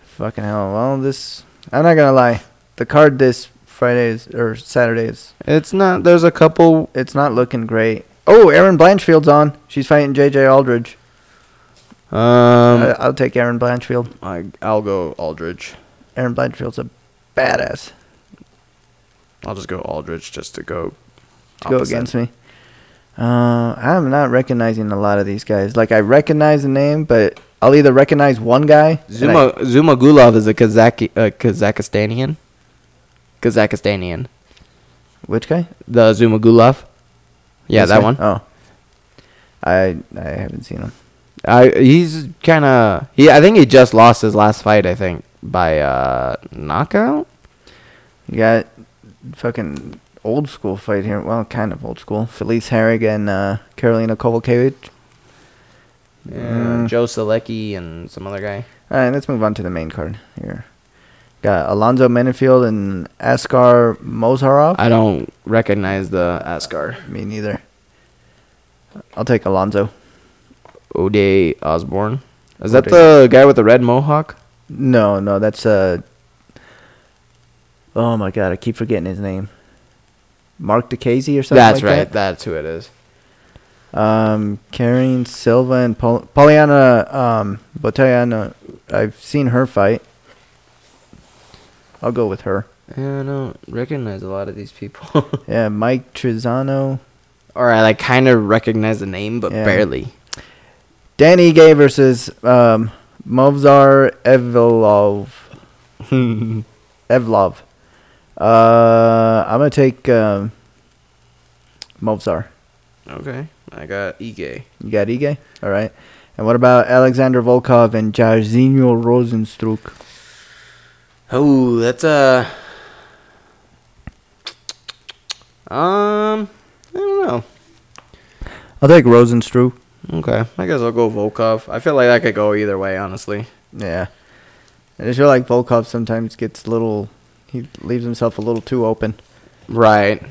fucking hell. Well, this I'm not gonna lie. The card this Friday is or Saturday is It's not. There's a couple. it's not looking great. Oh, Aaron Blanchfield's on. She's fighting J.J. Aldridge. Um, I, I'll take Aaron Blanchfield. I, I'll go Aldridge. Aaron Blanchfield's a badass I'll just go Aldridge just to go. to go against me. Uh, I'm not recognizing a lot of these guys. Like I recognize the name, but I'll either recognize one guy. and I- Zuma Zuma Gulov is a Kazaki, uh, Kazakhstanian. Kazakhstanian. which guy? The Zuma Gulov. Yeah, This that guy? one. Oh, I I haven't seen him. I he's kind of he. I think he just lost his last fight. I think by uh knockout. You got fucking old school fight here. Well, kind of old school. Felice Herrig and uh, Carolina Kovalkiewicz. Mm. Joe Selecki and some other guy. All right, let's move on to the main card here. Got Alonzo Menefield and Askar Mozharov. I don't recognize the Ascar. Me neither. I'll take Alonzo. O'Day Osborne. Is that O'Day. the guy with the red mohawk? No, no, that's uh. Oh my god, I keep forgetting his name. Mark DeCasey or something. That's like right. That. That's who it is. Um, Karen Silva and Pol- Poliana um, Botelliana. I've seen her fight. I'll go with her. Yeah, I don't recognize a lot of these people. Yeah, Mike Trizano. or I like kind of recognize the name, but Yeah. barely. Danny Gay versus um, Movzar Evlov. Evlov. Uh, I'm going to take um, Movzar. Okay, I got Ige. You got Ige? All right. And what about Alexander Volkov and Jarzinho Rosenstruck? Oh, that's a. Um, I don't know. I'll take Rosenstruck. Okay, I guess I'll go Volkov. I feel like that could go either way, honestly. Yeah. I just feel like Volkov sometimes gets a little, he leaves himself a little too open Right.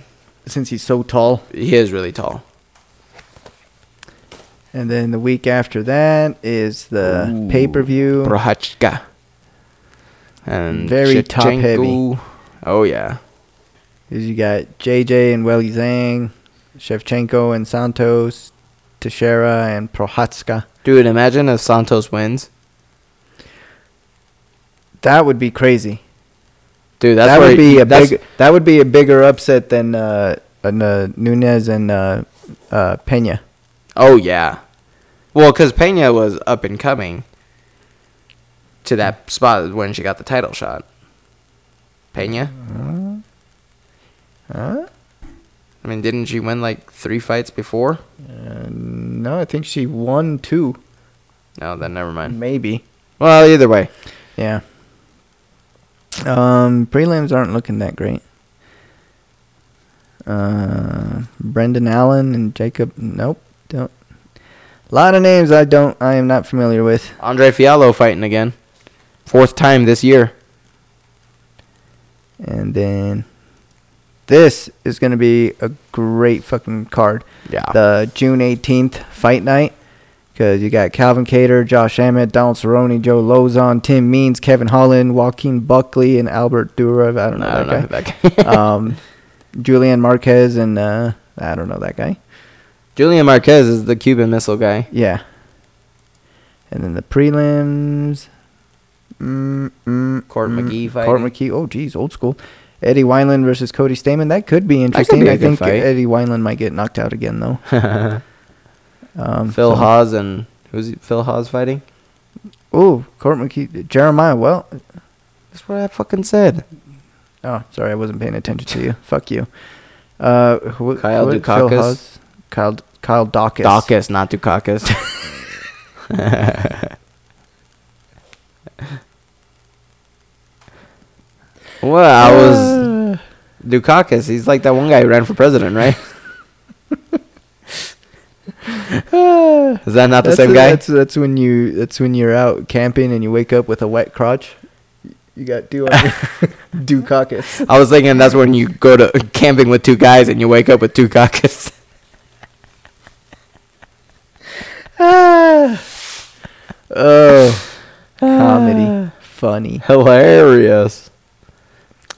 since he's so tall. He is really tall. And then the week after that is the pay per view. Prohachka. And Very top Shevchenko. Oh yeah. You got JJ and Welly Zhang, Shevchenko and Santos, Teixeira and Prohatska. Dude, imagine if Santos wins. That would be crazy. Dude, that's that where would be a that's- big. That would be a bigger upset than uh, than, uh, Nunez and uh, uh, Pena. Oh yeah. Well, because Pena was up and coming to that spot when she got the title shot. Pena. Huh? I mean, didn't she win like three fights before? Uh, no, I think she won two, No, then never mind. maybe. Well, either way, Yeah. Um, prelims aren't looking that great. Uh, Brendan Allen and Jacob. Nope, don't. A lot of names I don't. I am not familiar with. Andre Fiallo fighting again, fourth time this year. And then this is going to be a great fucking card. Yeah. The June 18th fight night. Because you got Calvin Cater, Josh Emmett, Donald Cerrone, Joe Lozon, Tim Means, Kevin Holland, Joaquin Buckley, and Albert Durev. I don't know I don't that guy. know that guy. um, Julian Marquez and uh, I don't know that guy. Julian Marquez is the Cuban Missile guy. Yeah. And then the prelims. Mm, mm, Court mm, McGee Court fighting. McGee. Oh, geez, old school. Eddie Wineland versus Cody Stamen. That could be interesting. be a I good think fight. Eddie Wineland might get knocked out again though. Um, Phil so- Haas and who's he- Phil Haas fighting? Oh, Court McKee, Jeremiah. Well, That's what I fucking said. oh, sorry, I wasn't paying attention to you. Fuck you. Uh, who, Kyle who- Phil Dukakis? Haas? Kyle Kyle Dawkins. Dawkins, not Dukakis. well, I Uh. was Dukakis. He's like that one guy who ran for president, right? Ah. Ah. Is that not the Uh. That's same a- guy? That's, that's when you. That's when you're out camping and you wake up with a wet crotch. You got dew on your Dukakis. I was thinking that's when you go to camping with two guys and you wake up with two caucus. Ah. Oh, Ah. comedy, funny. Hilarious.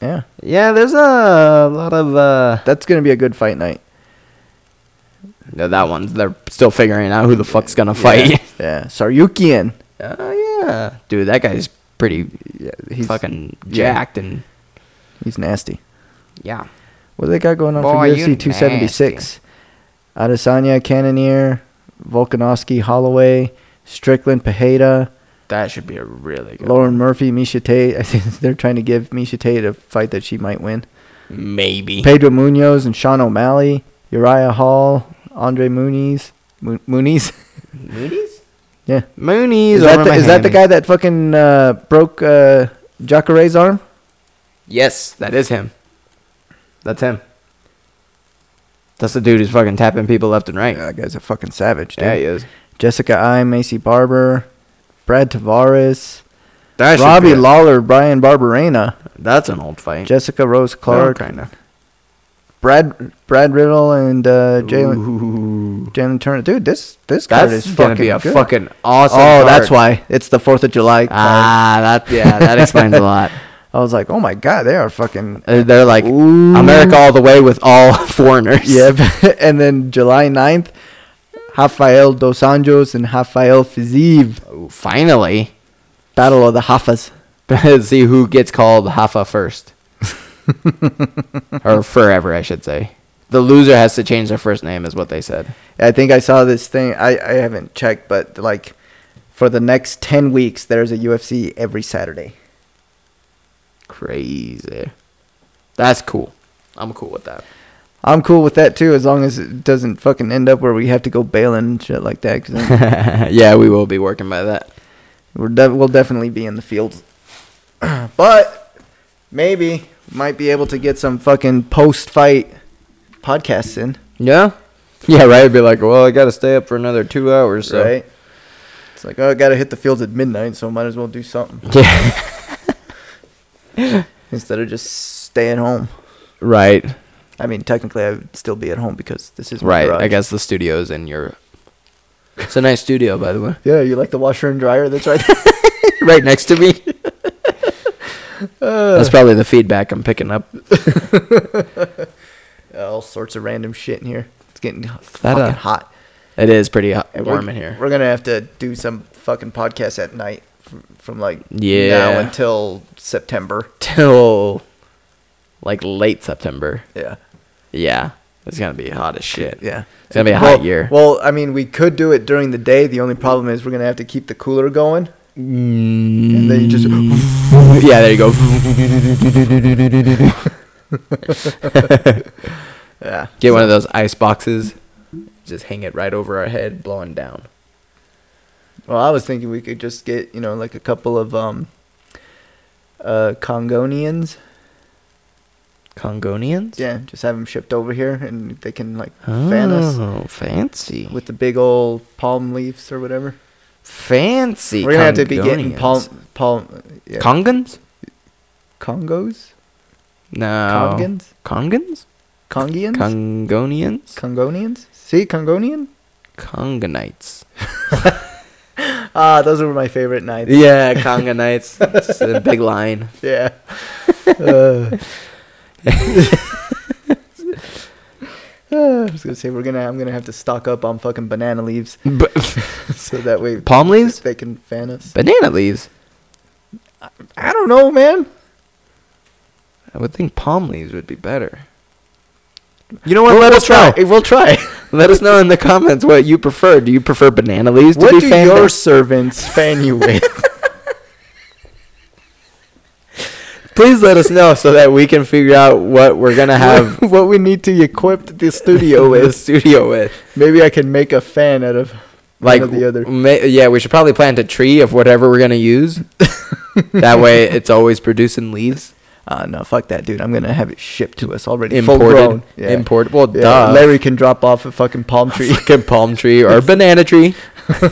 Yeah, Yeah, there's a lot of uh that's gonna be a good fight night. no, that one. They're still figuring out who the fuck's gonna fight. Yeah, Saryukian. Oh yeah. dude, that guy's pretty Yeah, he's fucking yeah. jacked and He's nasty. yeah. What do they got going on Boy, for you UFC 276? Adesanya, Cannonier, Volkanovski, Holloway, Strickland, Pajeda, That should be a really good. Lauren Murphy, Misha Tate. I think they're trying to give Misha Tate a fight that she might win. one. Maybe. Pedro Munoz and Sean O'Malley, Uriah Hall, Andre Muniz. Mu- Muniz? Moonies? yeah. Moonies. Is that, the, is that the guy that fucking uh, broke uh, Jacare's arm? Yes, that is him. That's him. That's the dude who's fucking tapping people left and right. Yeah, Ah, that guy's a fucking savage, dude. Yeah, he is. Jessica I, Macy Barber, Brad Tavares, That should Robbie be a- Lawler, Brian Barberena, That's an old fight. Jessica Rose Clark, kind of. Brad Brad Riddle, and uh, Jalen Jalen. Jalen Turner. Dude, this this card That's is gonna fucking be a good. fucking awesome. oh, that's card. why it's the Fourth of July. card. Ah, that yeah, that explains a lot. I was like, oh my god, they are fucking. Uh, They're like Ooh. America all the way with all foreigners. Yep. and then July 9th, Rafael dos Anjos and Rafael Fiziev, Ooh, Finally, Battle of the Hafas. Let's see who gets called Hafa first, or forever, I should say. The loser has to change their first name, is what they said. I think I saw this thing. I, I haven't checked, but like for the next 10 weeks, there's a UFC every Saturday. Crazy. That's cool. I'm cool with that. I'm cool with that too, as long as it doesn't fucking end up where we have to go bailing and shit like that. Cause then yeah, we will be working by that. we're de- we'll definitely be in the field. but maybe might be able to get some fucking post fight podcasts in, Yeah. Yeah, right. It'd be like, well, I got to stay up for another two hours. So. right? It's like, oh, I gotta hit the fields at midnight, so might as well do something Yeah. instead of just staying home. right. I mean, technically, I would still be at home because this is my Right. I garage. guess the studio's in Europe. It's a nice studio, by the way. Yeah, you like the washer and dryer? That's right. there. right next to me. That's probably the feedback I'm picking up. All sorts of random shit in here. It's getting fucking That, uh, hot. It is pretty hot, And warm we're, in here. We're gonna have to do some fucking podcast at night from, from like now Yeah. until September. Till like late September. Yeah, Yeah. It's gonna be hot as shit. yeah. It's gonna be a well, hot year. Well, I mean, we could do it during the day. The only problem is we're gonna have to keep the cooler going, and then you just yeah, there you go. yeah. Get one of those ice boxes. Just hang it right over our head, blowing down. Well, I was thinking we could just get you know like a couple of um uh Congonians. Congonians? Yeah, just have them shipped over here, and they can like fan us. Oh, fancy. with the big old palm leaves or whatever. fancy. We're gonna have to be getting Congonians. palm palm yeah. Congans? Congos, No. Congans, Congans? Congians, Congonians? Congonians. See Congonian. Congonites. Ah, those were my favorite nights. Yeah, Congonites. it's just a big line. Yeah. Uh. Ah, I was gonna say we're gonna I'm gonna have to stock up on fucking banana leaves B- so that way palm leaves? they can fan us. Banana leaves? Oh, I don't know, man. I would think palm leaves would be better. You know what? We'll- Let we'll us know. We'll try. Let us know in the comments what you prefer. Do you prefer banana leaves to What be do fanned your out? servants fan you with? Please let us know so that we can figure out what we're gonna have what we need to equip the studio the with. studio with. Maybe I can make a fan out of Like one or the other. ma- yeah, we should probably plant a tree of whatever we're gonna use. that way, it's always producing leaves. Uh, no, fuck that, dude. I'm gonna have it shipped to us already. Full Imported, grown. Yeah. imported. Well, Yeah, duh. Larry can drop off a fucking palm tree, Fucking palm tree or banana tree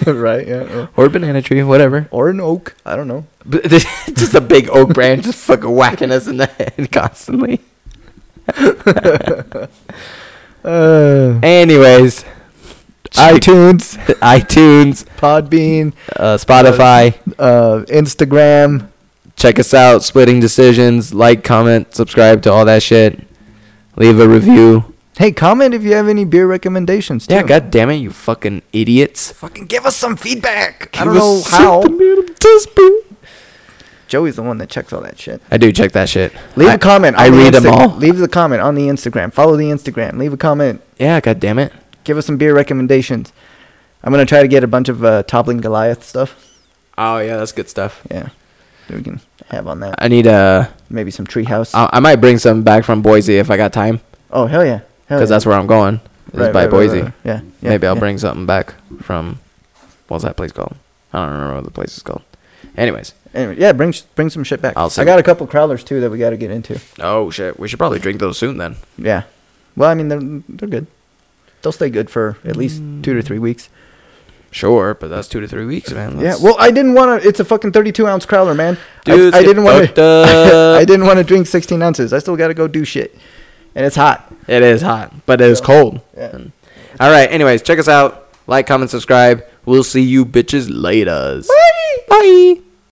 right? Yeah. yeah. or banana tree, whatever. Or an oak. I don't know. But there's just a big oak branch just fucking whacking us in the head constantly. Uh, Anyways, iTunes, iTunes, Podbean, uh, Spotify, uh, Instagram. check us out. Splitting decisions, like, comment, subscribe to all that shit. Leave a review. Hey, comment if you have any beer recommendations. Too. Yeah, god damn it, you fucking idiots! Fucking give us some feedback. I don't Give know us how. something, man, I'm desperate. Joey's the one that checks all that shit. I do check that shit. Leave I- a comment. I the read them Insta- all. Leave the comment on the Instagram. Follow the Instagram. Leave a comment. Yeah, god damn it. Give us some beer recommendations. I'm gonna try to get a bunch of uh, toppling Goliath stuff. Oh yeah, that's good stuff. Yeah, that we can have on that. I need a. Maybe some treehouse. I, I might bring some back from Boise if I got time, oh hell yeah! Hell because yeah. that's where I'm going. Is Right, by right, right, Boise. right, right. Yeah, yeah, Maybe I'll yeah. bring something back from what's that place called? I don't remember what the place is called. Anyways, Anyway, yeah, bring sh- bring some shit back. I'll I send got a couple crowlers too that we got to get into. oh shit, we should probably drink those soon then. Yeah. Well, I mean they're they're good. They'll stay good for at least two to three weeks. Sure, but that's two to three weeks, man. Yeah. That's- Well, I didn't want to. It's a fucking thirty-two ounce crowler, man. I- Dudes I, get didn't want fucked to. up. I didn't want to drink sixteen ounces. I still got to go do shit, and it's hot. it is hot, but it is cold. Yeah. All right. Anyways, check us out. Like, comment, subscribe. We'll see you bitches later. Bye.